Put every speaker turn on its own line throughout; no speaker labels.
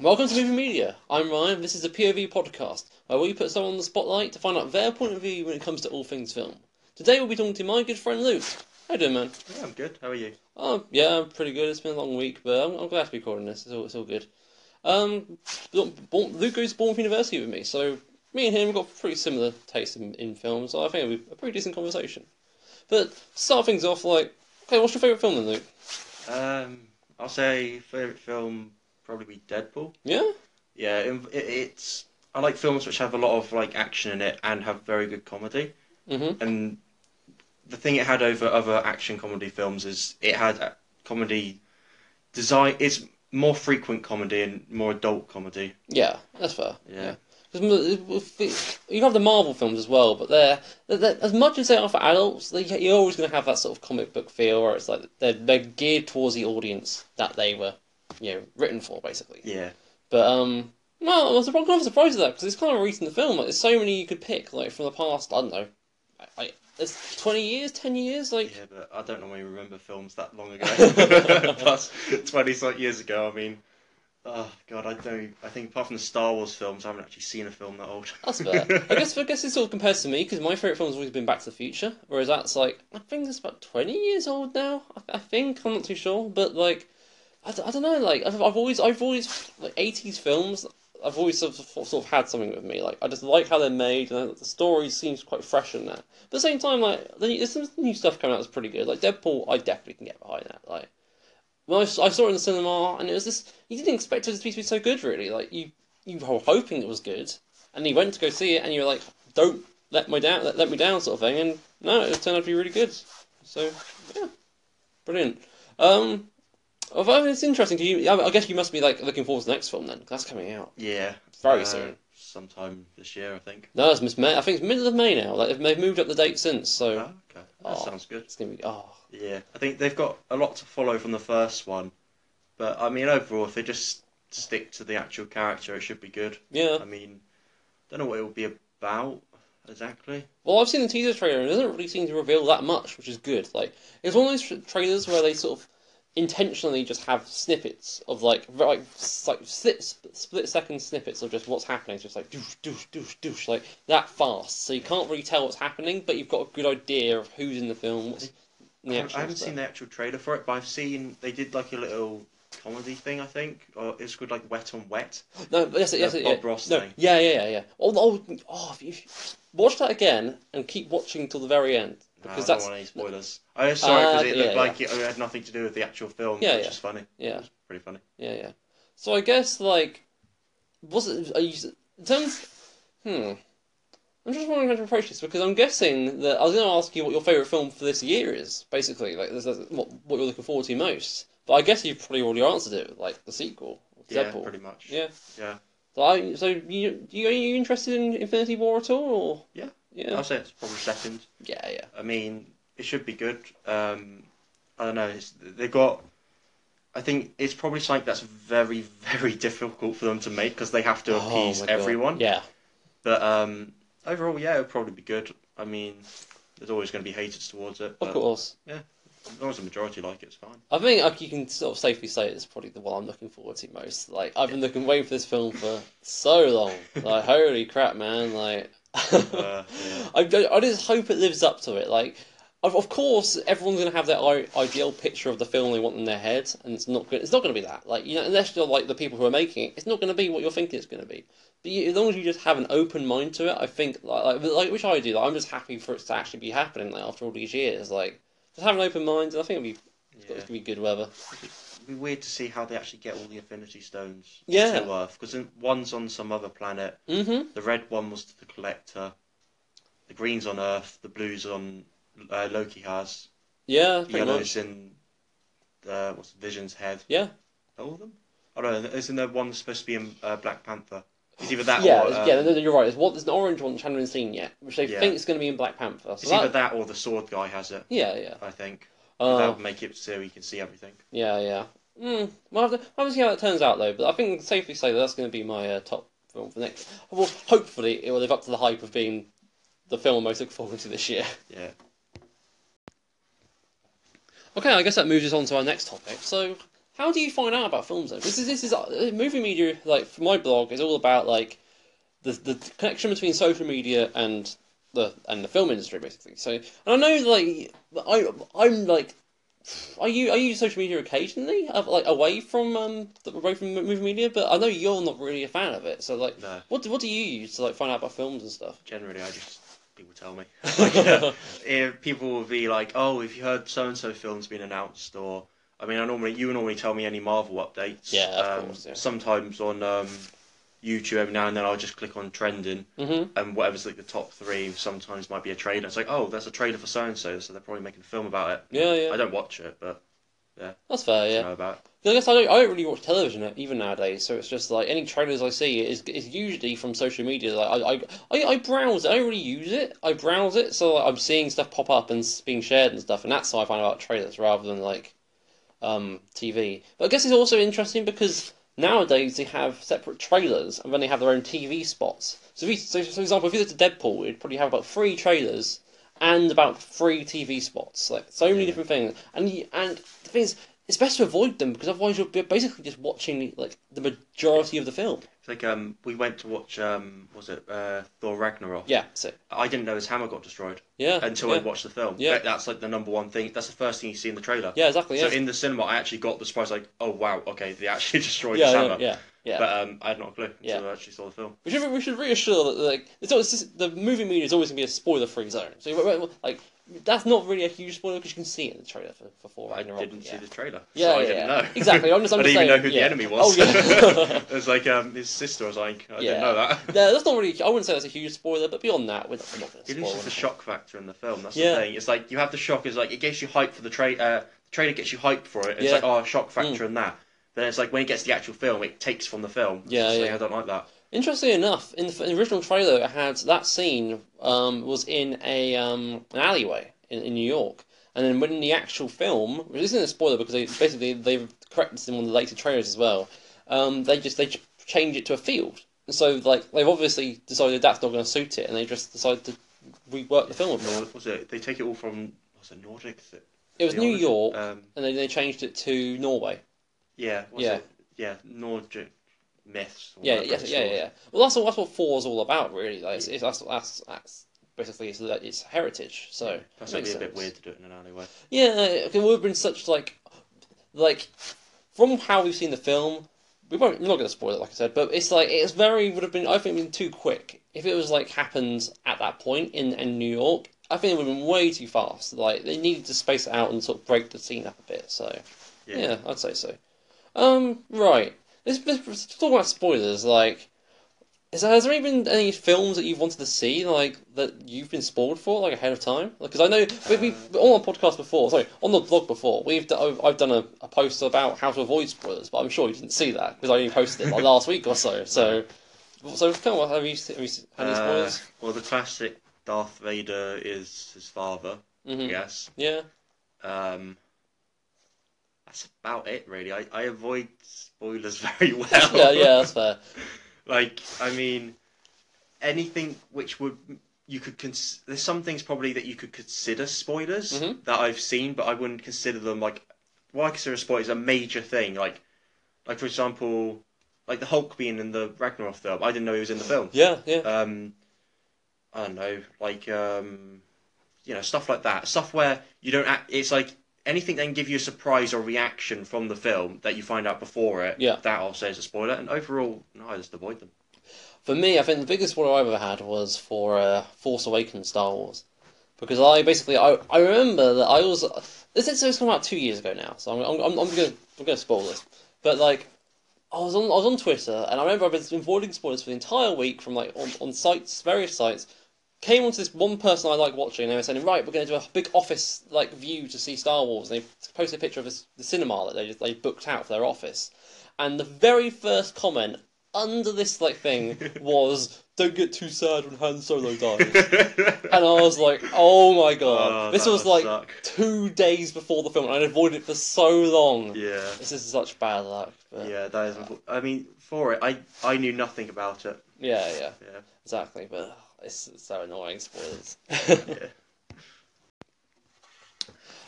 Welcome to Movie Media. I'm Ryan. This is a POV podcast where we put someone in the spotlight to find out their point of view when it comes to all things film. Today we'll be talking to my good friend Luke. How you doing, man?
Yeah, I'm good. How are you?
Oh, yeah, I'm pretty good. It's been a long week, but I'm, I'm glad to be recording this. It's all, it's all good. Um, born, Luke goes to Bournemouth University with me, so me and him have got pretty similar tastes in, in films. So I think it'll be a pretty decent conversation. But to start things off, like, okay, what's your favourite film then, Luke?
Um, I'll say favorite film probably be Deadpool.
Yeah?
Yeah, it, it- it's I like films which have a lot of like action in it and have very good comedy.
Mm-hmm.
And the thing it had over other action comedy films is it had a- comedy design. It's more frequent comedy and more adult comedy.
Yeah, that's fair.
Yeah.
Because you have the Marvel films as well, but they're, they're, they're- as much as they are for adults, they, you're always going to have that sort of comic book feel where it's like they're, they're geared towards the audience that they were, you know, written for basically.
Yeah.
But um, well, I was surprised- kind of surprised at that because it's kind of a recent film. Like, there's so many you could pick like from the past. I don't know, I, I, it's twenty years, ten years,
Yeah,
like
but I don't normally remember films that long ago. Plus, twenty something years ago. I mean, oh god, I don't. I think apart from the Star Wars films, I haven't actually seen a film that old.
That's fair. I guess I guess it sort of compares to me because my favorite film's always been Back to the Future, whereas that's like I think it's about twenty years old now. I, I think I'm not too sure, but like I, don't know. Like I've, I've always I've always like eighties films. I've always sort of, sort of had something with me. Like I just like how they're made, and the story seems quite fresh in that. But at the same time, like the- there's some new stuff coming out that's pretty good. Like Deadpool, I definitely can get behind that. Like when I, s- I saw it in the cinema, and it was this you didn't expect it to be, to be so good, really. Like you you were hoping it was good, and you went to go see it, and you were like, "Don't let my down, let, let me down," sort of thing. And no, it turned out to be really good. So yeah, brilliant. Um, although it's interesting, do you? I I guess you must be like looking forward to the next film then, 'cause that's coming out
Yeah.
very
uh,
soon.
Sometime this year, I think.
No, it's Miss May. I think it's middle of May now. Like they've- they've moved up the date since, so
Oh, okay. That
Oh.
sounds good.
it's gonna be oh
Yeah. I think they've got a lot to follow from the first one. But, I mean, overall, if they just stick to the actual character, it should be good.
yeah.
I mean, don't know what it will be about exactly.
Well, I've seen the teaser trailer and it doesn't really seem to reveal that much, which is good. Like, it's one of those tra- trailers where they sort of intentionally just have snippets of like, r- like, s- like split, split second snippets of just what's happening. It's just like douche, douche, douche, douche, like that fast. So you can't really tell what's happening, but you've got a good idea of who's in the film. What's in the
I-
action
I haven't seen the actual trailer for it, but I've seen they did like a little comedy thing, I think. Or it's called like Wet on Wet.
No, but yes, yes,
Bob
yeah.
Ross
no,
thing.
yeah, yeah, yeah, yeah. Oh, oh, oh, if you watch that again and keep watching till the very end
No,
because
Uh, I don't
that's
want any spoilers. I just saw it
Ah,
because it
yeah,
looked
yeah.
like it had nothing to do with the actual film,
Yeah,
which
yeah.
is funny.
yeah.
It's pretty funny.
Yeah, yeah. So I guess like, was it? Are you in terms? Hmm. I'm just wondering how to approach this because I'm guessing that I was going to ask you what your favorite film for this year is, basically, like this, this- what what you're looking forward to most. But I guess you've probably already answered it, like the sequel,
Yeah,
Deadpool.
pretty much.
Yeah.
Yeah.
So, I, so you, you are you interested in Infinity War at all? Or
Yeah.
yeah,
I'll say it's probably second.
yeah, yeah.
I mean, it should be good. Um, I don't know. It's, they've got. I think it's probably something that's very, very difficult for them to make because they have to
Oh
appease
my God.
everyone.
Yeah.
But um, overall, yeah, it'll probably be good. I mean, there's always going to be haters towards it.
Of
But
course.
As long as the majority like it, it's fine.
I think like, you can sort of safely say it's probably the one I'm looking forward to most. Like I've been looking waiting for this film for so long. Like holy crap, man! Like
Uh, yeah.
I, I just hope it lives up to it. Like of, of course everyone's gonna have their i- ideal picture of the film they want in their head, and it's not good. It's not gonna be that. Like you know, unless you're like the people who are making it, it's not gonna be what you're thinking it's gonna be. But you, as long as you just have an open mind to it, I think like like, like which I do. Like, I'm just happy for it to actually be happening. Like after all these years, like just have an open mind, and I think it'll be. It's
Yeah.
gonna be good weather.
It'd be weird to see how they actually get all the Infinity Stones
Yeah.
to Earth because one's on some other planet.
Mm-hmm.
The red one was the Collector. The green's on Earth. The blue's on uh, Loki has.
Yeah, pretty much.
Yellow's in uh, what's it, Vision's head.
Yeah.
All of them? I don't know. Isn't there one supposed to be in uh, Black Panther? It's either that
yeah,
or
it's-
um,
yeah. No, no, you're right. There's, what, there's an orange one which I haven't seen yet, which they
Yeah.
think is going to be in Black Panther. So
it's
that,
either that or the sword guy has it.
yeah, yeah,
I think that
uh,
would make it so you can see everything.
yeah, yeah. Mm, well, I'll have, to, I'll have to see how that turns out though. But I think safely say that that's going to be my uh, top film for next. Well, hopefully it will live up to the hype of being the film I'm most looking forward to this year.
Yeah.
Okay, I guess that moves us on to our next topic. So How do you find out about films though? This is this is uh, movie media. Like for my blog, is all about like the the connection between social media and the and the film industry basically. So and I know like I I'm like. I use, I use social media occasionally, uh, like away from um, away from movie media, but I know you're not really a fan of it. So like,
No.
what do, what do you use to like find out about films and stuff?
Generally, I just people tell me. Like, uh, if people will be like, "Oh, have you heard so and so film's been announced?" Or I mean, I normally you normally tell me any Marvel updates.
Yeah, of
um,
course, yeah.
Sometimes on um, YouTube every now and then I'll just click on trending
Mhm.
and whatever's like the top three sometimes might be a trailer. It's like, oh, that's a trailer for so and so, so they're probably making a film about it.
Yeah, yeah.
I don't watch it, but
That's fair,
I
yeah.
know about. it.
I guess I don't, I don't really watch television even nowadays, so it's just like any trailers I see is is usually from social media. Like I I, I, I browse it. I don't really use it. I browse it, so like, I'm seeing stuff pop up and s- being shared and stuff, and that's how I find out about trailers rather than like um, TV. But I guess it's also interesting because nowadays they have separate trailers and then they have their own TV spots. So, if you, so for example, if you looked at Deadpool, it'd probably have about three trailers and about three TV spots, like so many
Yeah.
different things. And you, and the thing is, it's best to avoid them because otherwise you're basically just watching like the majority of the film.
It's like um, we went to watch um, was it uh, Thor Ragnarok?
Yeah, so
I didn't know his hammer got destroyed
yeah,
until
yeah.
I watched the film.
Yeah.
That- that's like the number one thing. That's the first thing you see in the trailer.
Yeah, exactly. Yeah,
So in the cinema, I actually got the surprise like, oh wow, okay, they actually destroyed
yeah,
his
yeah,
hammer.
yeah, yeah.
But um, I had not a clue until
Yeah.
I actually saw the film.
We should, we should reassure that like it's always just, the movie media is always gonna be a spoiler free zone. So you- like that's not really a huge spoiler because you can see it in the trailer for, for Thor
I
Ragnarok.
didn't see
yeah.
the trailer.
Yeah,
so I
yeah,
didn't
yeah.
know.
Exactly, I'm just- I'm
I didn't
just
even
saying,
know who
yeah.
the enemy was.
Oh, yeah.
it was like um, his sister. I was like, I
Yeah.
didn't know that.
No, that's not really. I wouldn't say that's a huge spoiler, but beyond that, we're not, we're not gonna
It
spoil.
is just the
anything.
shock factor in the film. That's
Yeah.
the thing. It's like you have the shock. Is like it gets you hyped for the trade. Uh, the trailer gets you hyped for it. It's
Yeah. Mm.
like oh, shock factor in that. Then it's like when it gets to the actual film, it takes from the film. It's
Yeah,
just like,
yeah.
I don't like that.
Interestingly enough, in the, in the original trailer, it had that scene um, was in a um, an alleyway in, in New York, and then when in the actual film, which isn't a spoiler because they basically they've corrected this in one of the later trailers as well. Um, they just they ch- change it to a field, and so like they've obviously decided that's not going to suit it, and they just decided to rework the film. a bit.
Nor- was it? They take it all from was it Nordic? Is it-
It was
the
New
origin?
York,
Um,
and then they changed it to Norway.
yeah. Was
Yeah.
It? Yeah. Nordic myths. or
Yeah,
whatever
yeah,
it's
yeah,
called.
yeah. Well, that's all. That's what four's all about, really. Like, it's, it's, that's, that's that's basically it's, it's heritage. So
Plus,
it
it'd
makes
be a bit
sense.
weird to do it in an alleyway.
Yeah, it would have been such like, like, from how we've seen the film, we won't. I'm not going to spoil it, like I said, but it's like it's very would have been. I think been too quick if it was like happened at that point in in New York. I think it would have been way too fast. Like they needed to space it out and sort of break the scene up a bit. So. Yeah. I'd say so. Um, right. Let's, let's, let's talk about spoilers. Like, is there, has there even been any films that you've wanted to see, like, that you've been spoiled for, like, ahead of time? Because I know, we, we, on our podcast before, sorry, on the blog before, we've done, I've, I've done a, a post about how to avoid spoilers, but I'm sure you didn't see that, because I only posted it, like, last week or so. So, so come on, have you, se- have you se- had any
Uh,
spoilers?
well, the classic Darth Vader is his father.
Mhm.
I guess.
Yeah.
Um, that's about it, really. I, I avoid spoilers very well.
yeah, yeah, that's fair.
Like, I mean, anything which would you could cons- there's some things probably that you could consider spoilers
Mhm.
that I've seen, but I wouldn't consider them like why consider a spoiler is a major thing. Like, like for example, like the Hulk being in the Ragnarok film. I didn't know he was in the film.
Yeah, yeah.
Um, I don't know, like um, you know, stuff like that. Stuff where you don't. Act, it's like anything that can give you a surprise or reaction from the film that you find out before it.
Yeah.
That I'll say is a spoiler. And overall, no, I just avoid them.
For me, I think the biggest spoiler I've ever had was for uh, Force Awakens Star Wars. Because I basically, I, I remember that I was. This episode's come out two years ago now, so I'm, I'm, I'm, I'm going to I'm gonna spoil this. But, like, I was, on, I was on Twitter, and I remember I've been avoiding spoilers for the entire week from, like, on, on sites, various sites. Came onto this one person I like watching, and they were saying, right, we're going to do a big office, like, view to see Star Wars. And they posted a picture of this, the cinema that they, they booked out for their office. And the very first comment under this like thing was don't get too sad when Han Solo dies.
and
And I was like, oh my god.
Oh,
this
that
was
would
like
suck.
two days before the film and I'd avoided it for so long.
Yeah.
This is such bad luck. But yeah.
Yeah, that is. I mean, for it, I I knew nothing about it.
yeah,
Yeah.
exactly. But it's, it's so annoying, spoilers.
yeah.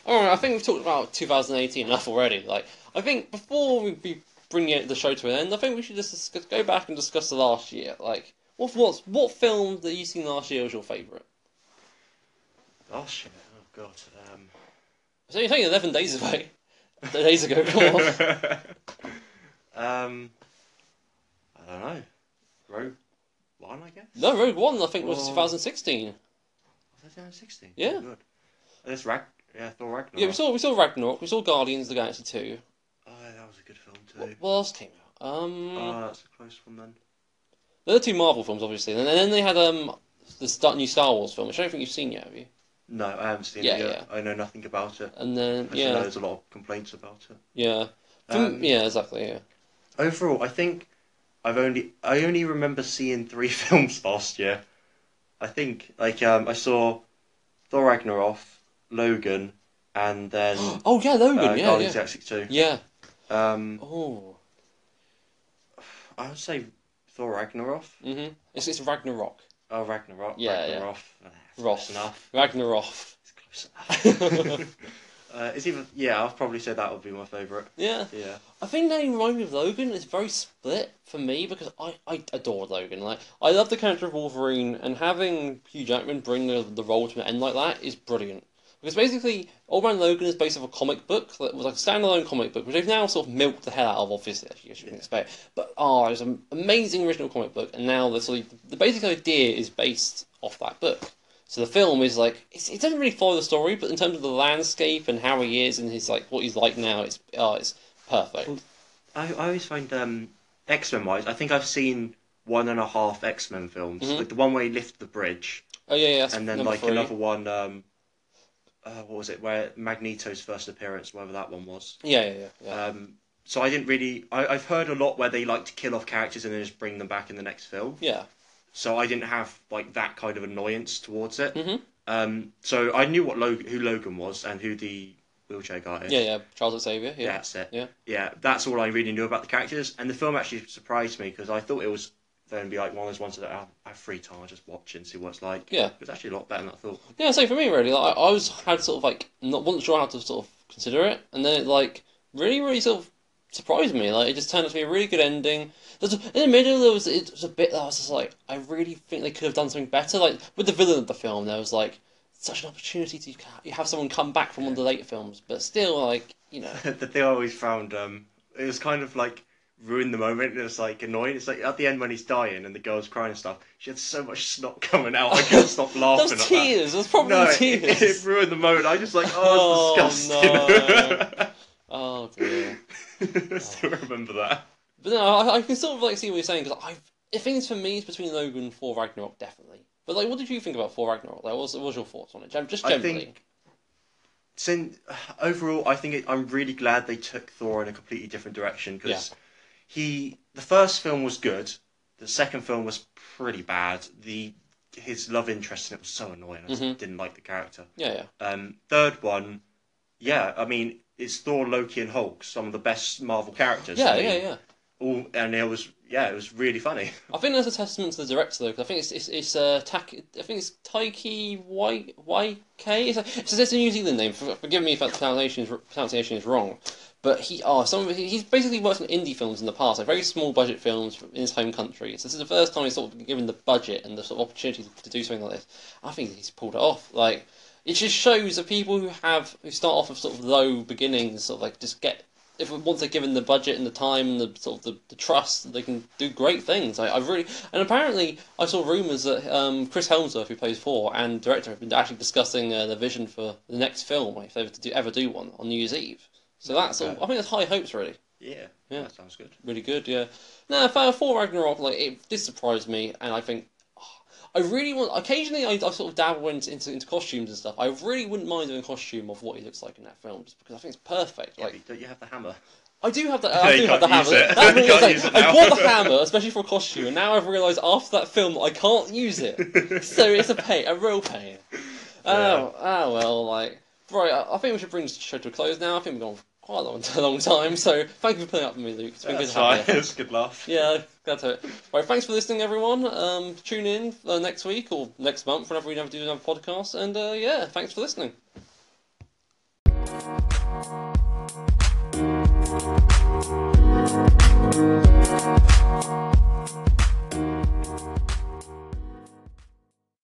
All right, I think we've talked about 2018 enough already. Like, I think before we be bringing it- the show to an end, I think we should just discuss, go back and discuss the last year. Like, what what's what film that you seen last year was your favourite?
Oh shit! Oh god. Um...
So you're taking 11 days away, days ago. Come on.
um, I don't know. Rogue One, I guess.
No, Rogue One, I think, was
Well-
2016.
Was that 2016?
Yeah.
Oh, Good. That's Rag. Yeah, Thor Ragnarok.
Yeah, we saw we saw Ragnarok, we saw Guardians of the Galaxy 2.
Oh, that was a good film too.
What, what else came out? Um,
Oh, that's a close one then.
they're the two Marvel films, obviously, and then they had um the Star- new Star Wars film, which I don't think you've seen yet, have you?
No, I haven't seen
Yeah,
it yet. I know nothing about it.
And then
I just know
yeah,
there's a lot of complaints about it.
yeah, From-
Um,
yeah, exactly, yeah.
Overall, I think I've only I only remember seeing three films last year. I think like um I saw Thor Ragnarok, Logan, and then uh,
Oh yeah, Logan, yeah,
Guardians
yeah,
of the Galaxy
yeah.
Two. Um,
Oh,
I would say Thor Ragnarok.
mm-hmm. It's it's Ragnarok,
Oh, Ragnarok.
Yeah, yeah.
Ragnarok. Yeah.
Roth,
enough.
Ragnarok.
It's close enough. uh, it's even yeah. I'll probably say that would be my favourite.
Yeah,
Yeah.
I think that in remind me of Logan is very split for me because I, I adore Logan. Like I love the character of Wolverine and having Hugh Jackman bring the, the role to an end like that is brilliant. Because basically Old Man Logan is based off a comic book that was like a standalone comic book, which they've now sort of milked the hell out of, obviously, as you as you can expect. But oh, it's an amazing original comic book, and now the sort of, the basic idea is based off that book. So the film is like it's, it doesn't really follow the story, but in terms of the landscape and how he is and his like what he's like now, it's oh, it's perfect.
I, I always find um, X Men wise. I think I've seen one and a half X Men films.
Mhm.
Like the one where he lifted the bridge,
Oh yeah, yeah. That's
and then
number
like
three.
another one. Um, uh, what was it? Where Magneto's first appearance, whatever that one was.
Yeah, yeah, yeah. yeah.
Um, so I didn't really. I, I've heard a lot where they like to kill off characters and then just bring them back in the next film.
yeah.
so I didn't have like that kind of annoyance towards it.
Mhm.
Um, so I knew what Logan, who Logan was and who the wheelchair guy is.
Yeah, yeah. Charles Xavier.
Yeah,
Yeah.
that's it.
Yeah.
yeah, that's all I really knew about the characters. And the film actually surprised me because I thought it was going to be like one of those ones that I'll have free time, I'll just watch and see what it's like.
Yeah.
it was actually a lot better than I thought.
Yeah. so for me, really, like, I, I was had sort of like not wasn't sure how to sort of consider it, and then it like really, really sort of surprised me. Like it just turned out to be a really good ending. There's, in the middle, there was it was a bit that I was just like, I really think they could have done something better. Like with the villain of the film, there was like such an opportunity to ca- you have someone come back from one of the later films, but still, like you know,
the thing I always found um, it was kind of like ruined the moment. and It was like annoying. It's like at the end when he's dying and the girl's crying and stuff. She had so much snot coming out. I couldn't stop laughing.
those
at that.
tears, those probably
No, it,
tears.
it ruined the moment. I just like, oh, that's
Oh,
disgusting.
Oh dear.
I still remember that.
But no, I, I can sort of like see what you're saying because I, the things for me is between Logan and Thor Ragnarok definitely. But like, what did you think about Thor Ragnarok? Like, what was, what was your thoughts on it? Gen- Just
I
generally.
think, since overall, I think it, I'm really glad they took Thor in a completely different direction because he, the first film was good, the second film was pretty bad. The his love interest in it was so annoying. I just
Mhm.
didn't like the character.
Yeah, yeah,
Um, third one, yeah, I mean, it's Thor, Loki, and Hulk, some of the best Marvel characters.
yeah,
I mean,
yeah, yeah.
All and it was yeah, it was really funny.
I think that's a testament to the director though, because I think it's it's, it's uh, Tak I think it's Taiki Y Y K. It's a, it's, a- it's a New Zealand name. For- Forgive me if that pronunciation is, pronunciation is wrong, but he oh some of, he's basically worked on indie films in the past, like very small budget films in his home country. So this is the first time he's sort of been given the budget and the sort of opportunity to do something like this. I think he's pulled it off. Like it just shows that people who have who start off with sort of low beginnings, sort of like just get if once they're given the budget and the time and the sort of the, the trust, they can do great things. I, I really and apparently I saw rumors that um, Chris Helmsworth, who plays Thor and director, have been actually discussing uh, the vision for the next film if they were to do, ever do one on New Year's Eve. So that's all, I think that's high hopes really
Yeah,
Yeah.
that sounds good.
really good. Yeah. No, Thor Thor Ragnarok, like it did surprise me, and I think oh, I really want. Occasionally, I, I sort of dabble into, into into costumes and stuff. I really wouldn't mind doing a costume of what he looks like in that film, just because I think it's perfect. Like
Like, don't you have the hammer?
I do have the
Yeah,
I
you
do have the
can't
hammer.
use it.
That's
You
really
can't
insane.
use it
I
now.
bought the hammer, especially for a costume, and now I've realised after that film I can't use it. so it's a pain, a real pain. Oh, oh well, like right. I, I think we should bring this show to a close now. I think we've gone for quite a long, a long time. So thank you for putting up with me, Luke. It's been good to have you.
It's a good laugh.
Yeah, glad to. Right, thanks for listening, everyone. Um, tune in uh, next week or next month whenever we never do another podcast. And uh, yeah, thanks for listening.
Bye.